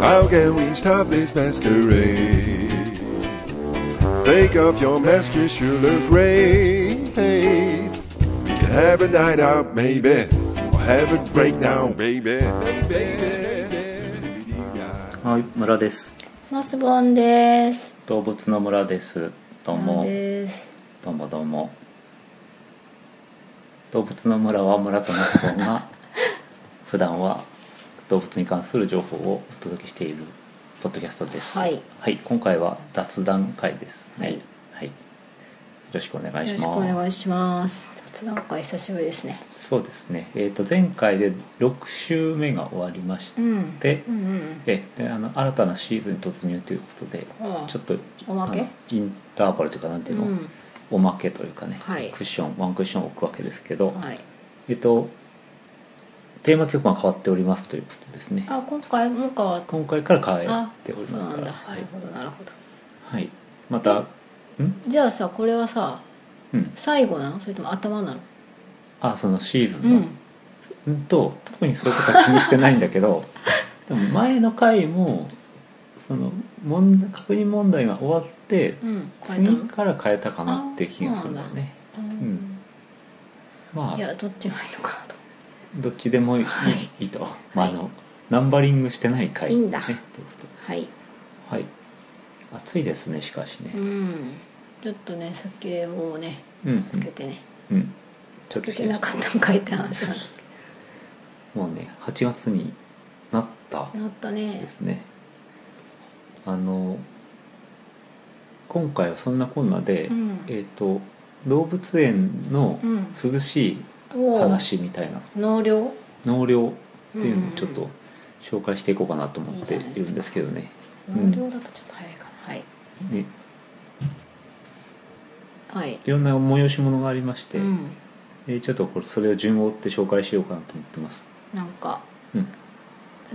How can we stop this masquerade? Take off your mask, you should look great. We can have a night out, maybe. Or have a breakdown, baby. baby. はい、村です。マスボンです。動物の村です。どうも、です。どうもどうも。動物の村は村とマスボン が普段は動物に関する情報をお届けしているポッドキャストです。はい、今回は雑談会ですね。はい、よろしくお願いよろししくおます。願いします。雑談会久しぶりですね。そうですね。えっ、と前回で6週目が終わりましうん。て、うんうんえであの新たなシーズンに突入ということで、うん。ああちょっとおまけあのインターバルというかなんていうの、うんおまけというかね、はいクッションワンクッション置くわけですけど、はい。えっとテーマ曲が変わっておりますということですねあ、今回もかは。今回から変えあており、そうますなかんらだ。はないる、ほど、なるほど。はい、またんじゃあさ、これはさ、うん最後なの、それとも頭なの。あそのシーズうンの、ん。うんと特にそういうことは気にしてないんだけ どでも前の回もその問題確認問題が終わってうん。変えた次から変えたかなっていう気がするんだよねのんまうん。いあや、どっちがいいのかなと。どっちでもいい,、はいい、いと、 まあ、あのナンバリングしてない回いいんだねということではい。はい。暑いですね、しかしねう。ん。ちょっとね、さっき冷房をね、うん。つけてね。うん。ちょつっとけ冷てやなしかったんかいって話なんですけもうね、8月になったど。なったでね。すね。あの、今回はそんなこんなで、うん。えっ、と、動物園のうん涼しいおう話みたいな、納涼納涼っていうのをんんんちょっと紹介していこうかなと思っているんですけどね。うん納涼だとちょっと早いかなはいねはいいろんな催し物がありまして、うんでちょっとこれそれを順を追って紹介しようかなと思ってます。なんかうん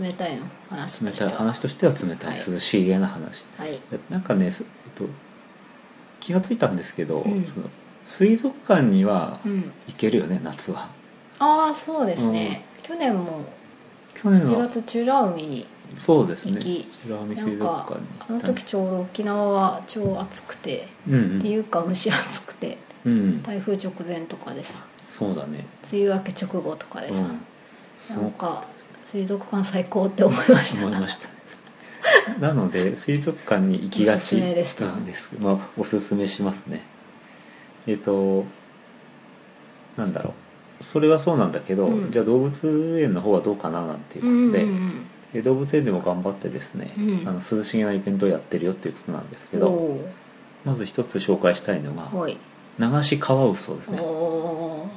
冷たいの話冷としてたいは話としては冷たい、はい涼しいげな話はいなんかね、すえっと、気がついたんですけど、うんその水族館にはうん行けるよね夏はああそうですね去年も去年7は月美ら海にそうですね行き白海なん水族か館にあの行ったん時ちょうど沖縄は超暑くてうんっていうか蒸し暑くてうん、うん、台風直前とかでさそうだね、梅雨明け直後とかでうさん、すなごんくか水族館最高って思いました思いましたなので水族館に行きがちおすすめですとなんですまあおすすめしますねえっ、となんだろうそれはそうなんだけど、うんじゃあ動物園の方はどうかななんていううことんうで、んで動物園でも頑張ってですね、うんあの涼しげなイベントをやってるよっていうことなんですけうんどおまず一つ紹介したいのがおはい流しカワウソですおねお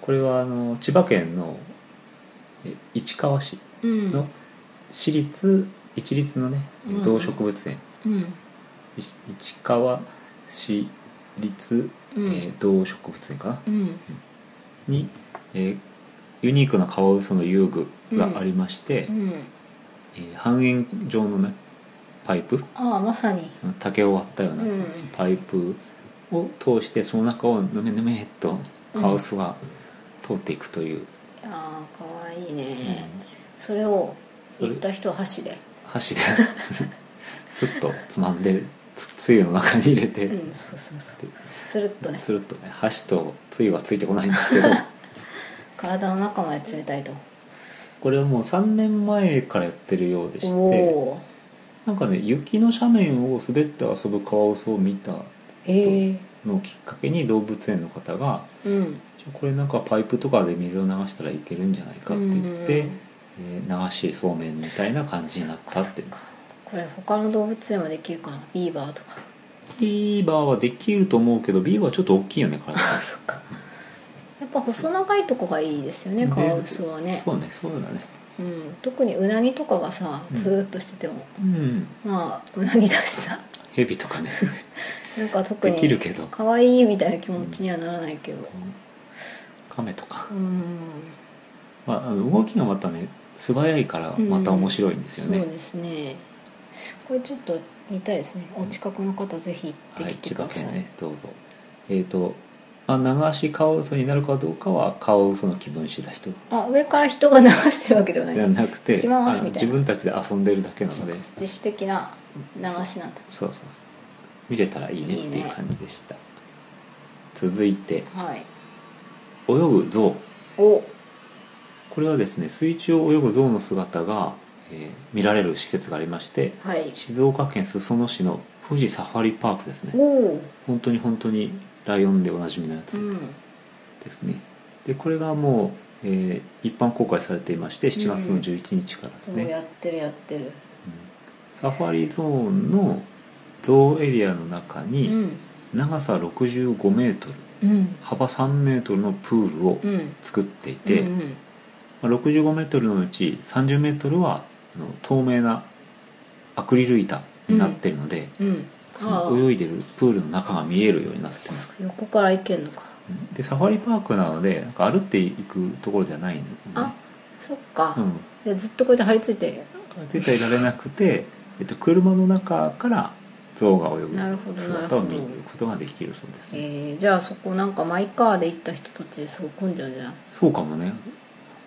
これはあの千葉県のえ市川市うんの市立一律のねうん動植物園、うんい市川市立、えうんー動植物園かなうんに、えーユニークなカワウソの遊具がありまして、うんえー半円状のねパイプああまさに竹を割ったようなうんパイプを通してその中をぬめぬめっとカワウソが通っていくという、ああかわいいうんね、それを行った人は箸で箸で スッとつまんでつつゆの中に入れて、うんそうそうそうでつるっとねつるっとね箸とつゆはついてこないんですけど体の中まで冷たいとこれはもう3年前からやってるようでしおておーなんかね雪の斜面を滑って遊ぶカワウソを見たええのをきっかけに動物園の方がうんこれなんかパイプとかで水を流したらいけるんじゃないかって言って、うんえー流しそうめんみたいな感じになったっていうそっかこれ他の動物園もできるかなビーバーとかビーバーはできると思うけどビーバーはちょっと大きいよね体そっかやっぱ細長いとこがいいですよねでカワウソはねそうねそうだねう、ん、特にウナギとかがさうんツーっとしてても、うんまあウナギだしさヘビとかねなんか特でにきるけど可愛いみたいな気持ちにはならないけどカメとかう、んまあ、あの動きがまたね素早いからまた面白いんですよそうね、ですねこれちょっと見たいですねお近くの方ぜひ行ってはいきて千く葉ださい、県ねどうぞえっ、とあ流しカワウソになるかどうかはカワウソの気分次第とあ上から人が流してるわけではないではなくて行きますあのみたい自な分たちで遊んでるだけなので自主的な流しなんだそうそうそう見れたらいいねっていう感じでした続いてはい泳ぐ象おこれはですね水中を泳ぐ象の姿が、えー見られる施設がありましてはい静岡県裾野市の富士サファリパークですねおお本当に本当にライオンでおなじみのやつうんですね、でこれがもう、えー一般公開されていまして7月の11日からですおね、ーやってるやってるサファリゾーンのゾウエリアの中うにん長さ65メートルうん幅3メートルのプールをうん作っていて、うんうんまあ65メートルのうち30メートルはあの透明なアクリル板になってるので、うんそのあ泳いでるプールの中が見えるようになってます。あ横から行けるのかうんでサファリパークなのでなんか歩っていくところじゃないので、あそっか、うん、でずっとこうやって張り付いて絶対いられなくて、えっと、車の中から象がな泳るほぐどなるほど姿を見ることができるそうですね、えー、じゃあそこなんかマイカーで行った人たちですごい混んじゃうじゃんそうかもね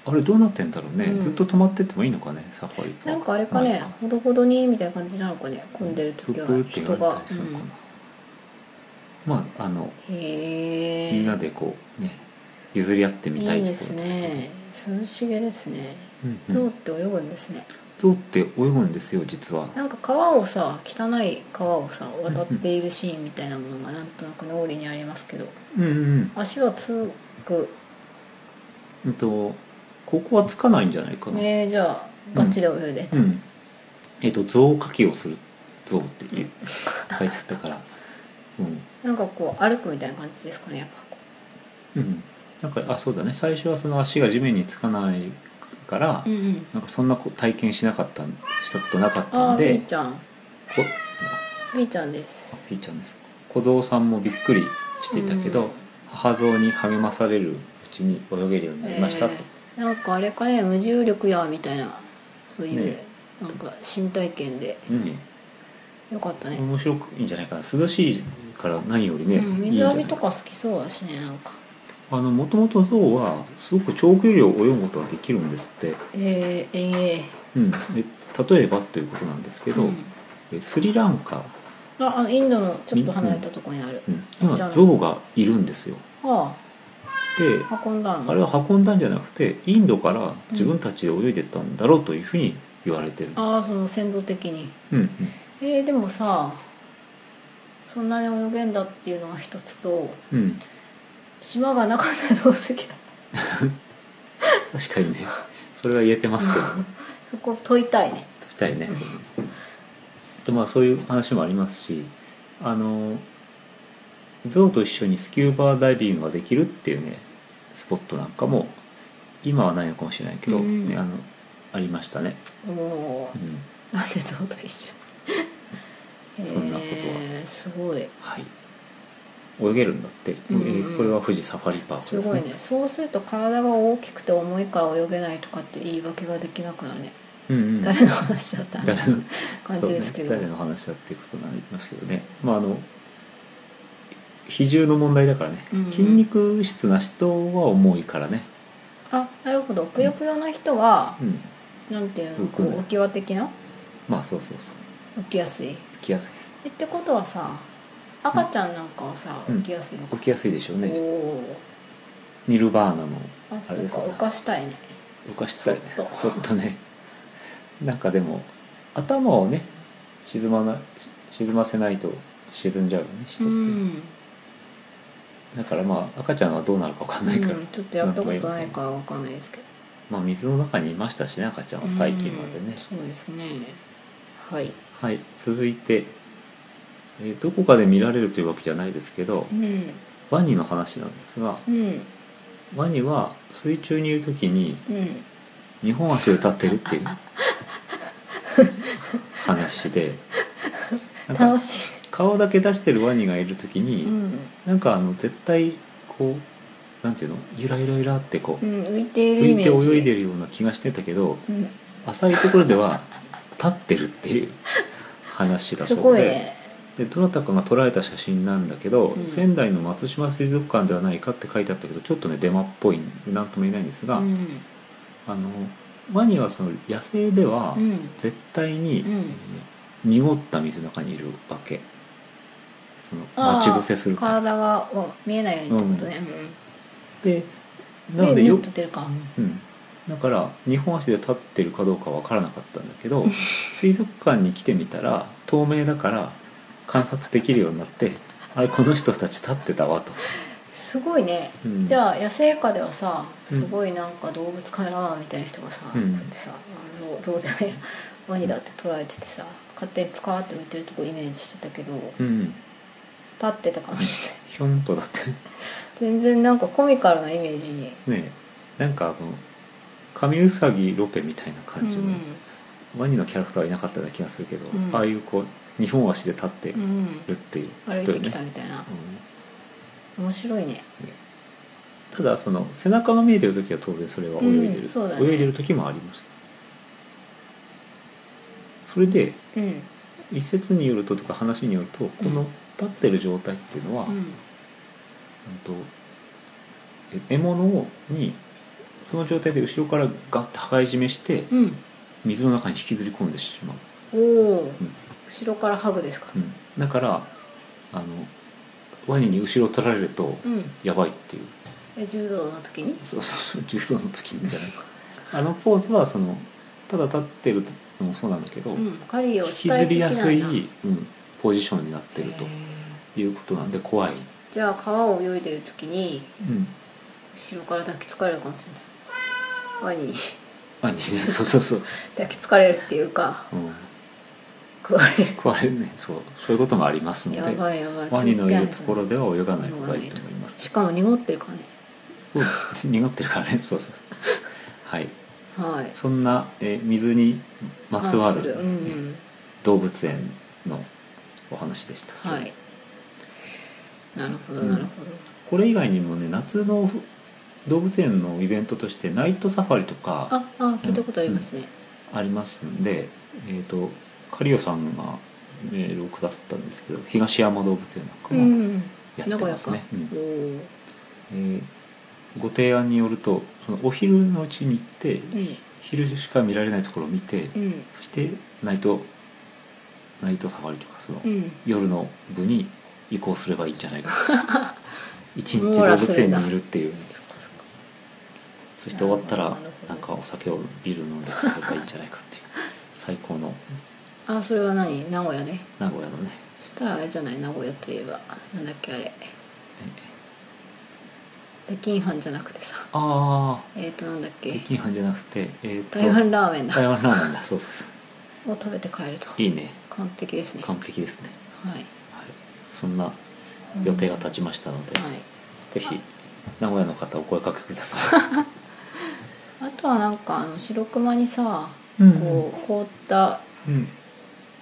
あれどうなってんだろうね、うんずっと止まってってもいいのかねサファリパークなんかあれかねほどほどにみたいな感じなのかね混んでる時はプップって人言われがたり、するのかな、まああのうん、へえみんなでこうね譲り合ってみたいいいところですね涼しげですねうんうん象って泳ぐんですね、象って泳ぐんですよ実はなんか川をさ汚い川をさ渡っているシーンみたいなものがなんとなく脳裏にありますけどうんうん足はつくうんとここはつかないんじゃないかな、ねえじゃあガチで泳いで、うん、えっ、と象書きをする象って いう書いてあったから、うんなんかこう歩くみたいな感じですかねやっぱこうん、なんかあそうだね最初はその足が地面につかないから、う、うんうん、なんかそんなこ体験しなかったんしたことなかったあんーみでーちゃんこみーちゃんであすピーちゃんですか小僧さんもびっくりしていたけど、うん母象に励まされるうちに泳げるようになりましたと、えーなんかあれかね無重力やみたいなそういう、ねなんか新体験でよかったねうん、面白くいいんじゃないかな涼しいから何よりね、うん、いいんじ水ゃない浴びとか好きそうだしねなんかあのもともと象はすごく長距離を泳ぐことができるんですって、えー、えうん、で例えばということなんですけー、ど、うんえスリランカ、ああのインドのちょっと離れたところにある、うん、じゃ今あ象がいるんですよはであ運んだのあれは運んだんじゃなくてインドから自分たちで泳いでったんだろうというふうに言われてる、ああその先祖的にうんうんえー、でもさそんなに泳げんだっていうのが一つとうん、島がなかったらどうすりゃ確かにねそれは言えてますけどね そこ問いたいね解きたいねでまあそういう話もありますしあの象と一緒にスキューバーダイビングができるっていうねスポットなんかも今はないのかもしれないけど、うんね、あのありましたね、もう、うんなんで増大しちゃうそんなことはえー、すごいはい泳げるんだって、うんえーこれは富士サファリパークすですごねいねそうすると体が大きくて重いから泳げないとかっていう言い訳ができなくなるね、うんうん、誰の話だったみたい誰のな感じですけそうど、ね誰の話だっていうことになりますけどねまああの比重の問題だからね、うんうん筋肉質な人は重いからね、あなるほどぷよぷよの人はう、ん、なんていううのんこう浮き輪的なまあそうそうそう浮きやすい浮きやすいえってことはさ赤ちゃんなんかはさ、うん浮きやすいのか浮、きやすいでしょうおねおニルバーナのーああれそっですかよね浮かしたいね浮かしたいねそっとそっとねなんかでも頭をね沈まな沈ませないと沈んじゃうよね人うって、ん、だからまあ赤ちゃんはどうなるかわかんないから、うん、ちょっとやったことないからわかんないですけどまあ水の中にいましたしね赤ちゃんは最近までうねん、そうですねはい、はい続いて、えーどこかで見られるというわけじゃないですけどうんワニの話なんですがうんワニは水中にいる時にうん日本足で立ってるっていう 話でなんか楽しい顔だけ出してるワニがいる時うに、ん、なんかあの絶対こうなんていうのゆらゆらゆらってこうう、ん、浮いているイ浮いメてージ泳いでるような気がしてたけどうん、浅いところでは立ってるっていう話だすそうごいでねでどなたかが撮られた写真なんだけど、うん仙台の松島水族館ではないかって書いてあったけどちょっとねデマっぽいなんとも言えないんですが、うんあのワニはその野生ではうん絶対にうん濁った水の中にいるわけそのあー待ち伏せするから体がわ見えないようにってことね、でうん、なので目よ目と出るかうん、だから2本足で立ってるかどうかわからなかったんだけど 水族館に来てみたら透明だから観察できるようになってあこの人たち立ってたわと、すごいねうん、じあゃあ野生下ではさうんすごいなんか動物かなみたいな人がさ、うんこうやってさ像像じゃないワニだって捉えててさ勝手にプカーって浮いてるとこイメージしてたけどう立んってたかもしれないひょんとだって全然なんかコミカルなイメージに、ねえなんかあの神ウサギロペみたいなう感じの、んワニのキャラクターはいなかったような気がするけど、うんああいうこう2本足で立ってうん、るっていう歩い人てよきねたみたいなうん面白いねただその背中が見えてる時は当然それは泳いでる、うんそうだね泳いでる時もありますそれでうん一説によるととか話によるとこの立ってる状態っていうのは、うんうんとえ獲物にその状態で後ろからガッと羽交い締めしてうん水の中に引きずり込んでしまう、おお、ん後ろからハグですかうんだからあのワニに後ろ取られるとうん、やばいっていうえ柔道の時にそうそうそう柔道の時にじゃないかあのポーズはそのただ立ってるのもそうなんだけど、うん狩りを引しきたずい時りなやんだすい、うんポジションになってるへとーいうことなんで怖い、じゃあ川を泳いでる時にうん、後ろから抱きつかれるかもしれないワニにワニね そうそうそう、抱きつかれるっていうかうん、食われる食われるねそうそういうこともありますのやでばいやばいワニのいると気をつけないころでは泳がない方がいいと思いますしかも濁ってるからねそうです濁ってるからねそうそうはいはいそんな、えー水にまつわ関するうんうん動物園のお話でした、はいなるほどうんなるほこれ以外にもね夏の動物園のイベントとしてナイトサファリとどかああ聞いたことありますねありますんで、えー、とカリオさんがメールをくださったんですけど東山動物園なんかうもんや名って古屋ますかね、うんおーえーご提案によるとそのお昼のうちに行ってうん昼しか見られないところを見てうんそしてナイトナイトサファリとかそのうん夜の部に移行すればいいんじゃないか 一日網動羅す物るん園だにいるっていうねそして終わったらなるほなどんかお酒をビール飲んで帰ればいいんじゃないかっていう最高のあそれは何名古屋ね名古屋のねそしたらあれじゃない名古屋といえばなんだっけあれ北京飯じゃなくてさああえっ、ー、となんだっけ北京飯じゃなくてえー、と台湾ラーメンだ台湾ラーメンだそうそうそうを食べて帰るといいね完璧ですねは完璧ですね、いはい、そんな予定が立ちましたので、はいぜひ名古屋の方お声かけくださあとはなんかあの白熊にさいうんこ う凍ったうん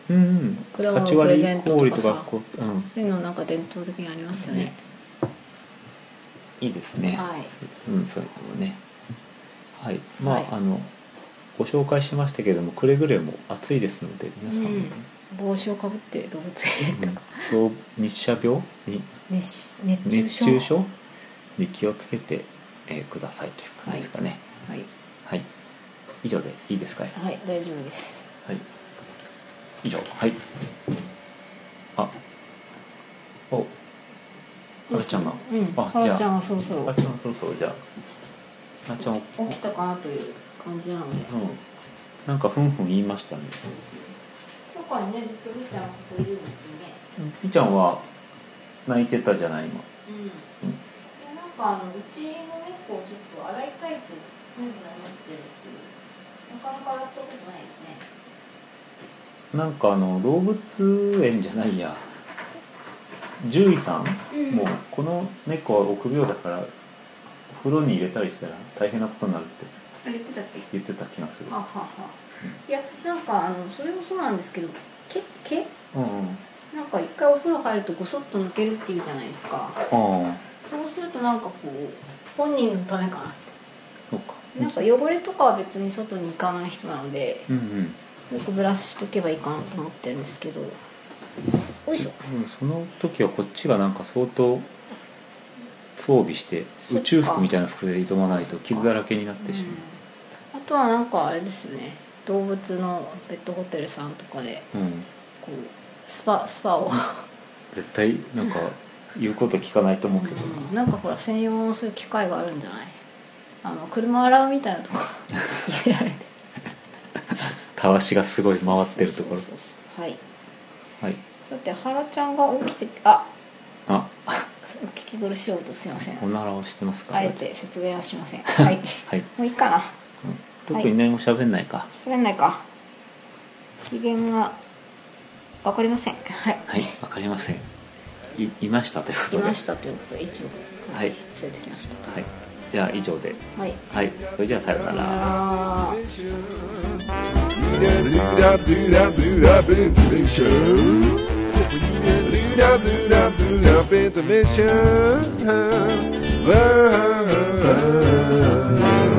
うん果物8プレ割ゼントとか氷さとかこう、うん、そういうのなんか伝統的にありますよねねいいですね、はいうん、そういうのもねはいまあ、はいあのご紹介しましたけれどもくれぐれも暑いですので皆さんも、うん帽子をかぶって動物園へ行ったかうんと日射病に熱し熱中熱症中症に気をつけて、えーくださいという感じですかねはい、はい、以上でいいですかはい、大丈夫ですはい。以上。はい。あ。お。あらちゃんが。うんあハラちじゃゃんはそろそあらろちゃん、そろそろじゃあ。あらちゃん。うん。起きたかなという感じなので、なんかふんふん言いましたね。そこにねずっとみーちゃんはそこいるんですけどねみーちゃんは。泣いてたじゃない、今。うんいやなんかあのうちの猫をちょっと洗いたいと常々思ってるんですけどなかなか洗ったことないですねなんかあの動物園じゃないや。獣医さん。うんもうこの猫は臆病だから。風呂に入れたりしたら大変なことになるってあれ言ってたっけ言ってた気がする。ははは、いやなんかあのそれもそうなんですけど毛毛うんうん。なんか一回お風呂入るとごそっと抜けるっていうじゃないですかああ。そうするとなんかこう本人のためかなそうか。なんか汚れとかは別に外に行かない人なのでうんうん。よくブラシしとけばいいかなと思ってるんですけどおいしょうんその時はこっちがなんか相当装備してそっ宇か宙服みたいな服で挑まないと傷だらけになっうてしんあとはなんかあれですね動物のペットホテルさんとかでまう、うん、こうスパスパを、絶対なんか言うこと聞かないと思うけど、うんなんかほら専用のそういう機械があるんじゃないあの車洗うみたいなところ入れられてたわしが すごい回ってるところそうそうそうそうはいはいさて原ちゃんが起きてああお聞き苦しい音すいませんおならをしてますかあえて説明はしま せんはいはいもういいかな特に何も喋んないか喋んないか機嫌がわかりませんはい、はいわかりませんいいましたということで来ましたということで一応はい連れてきましたはい、じゃあ以上ではいはいそれじゃあさようならあー Intermission.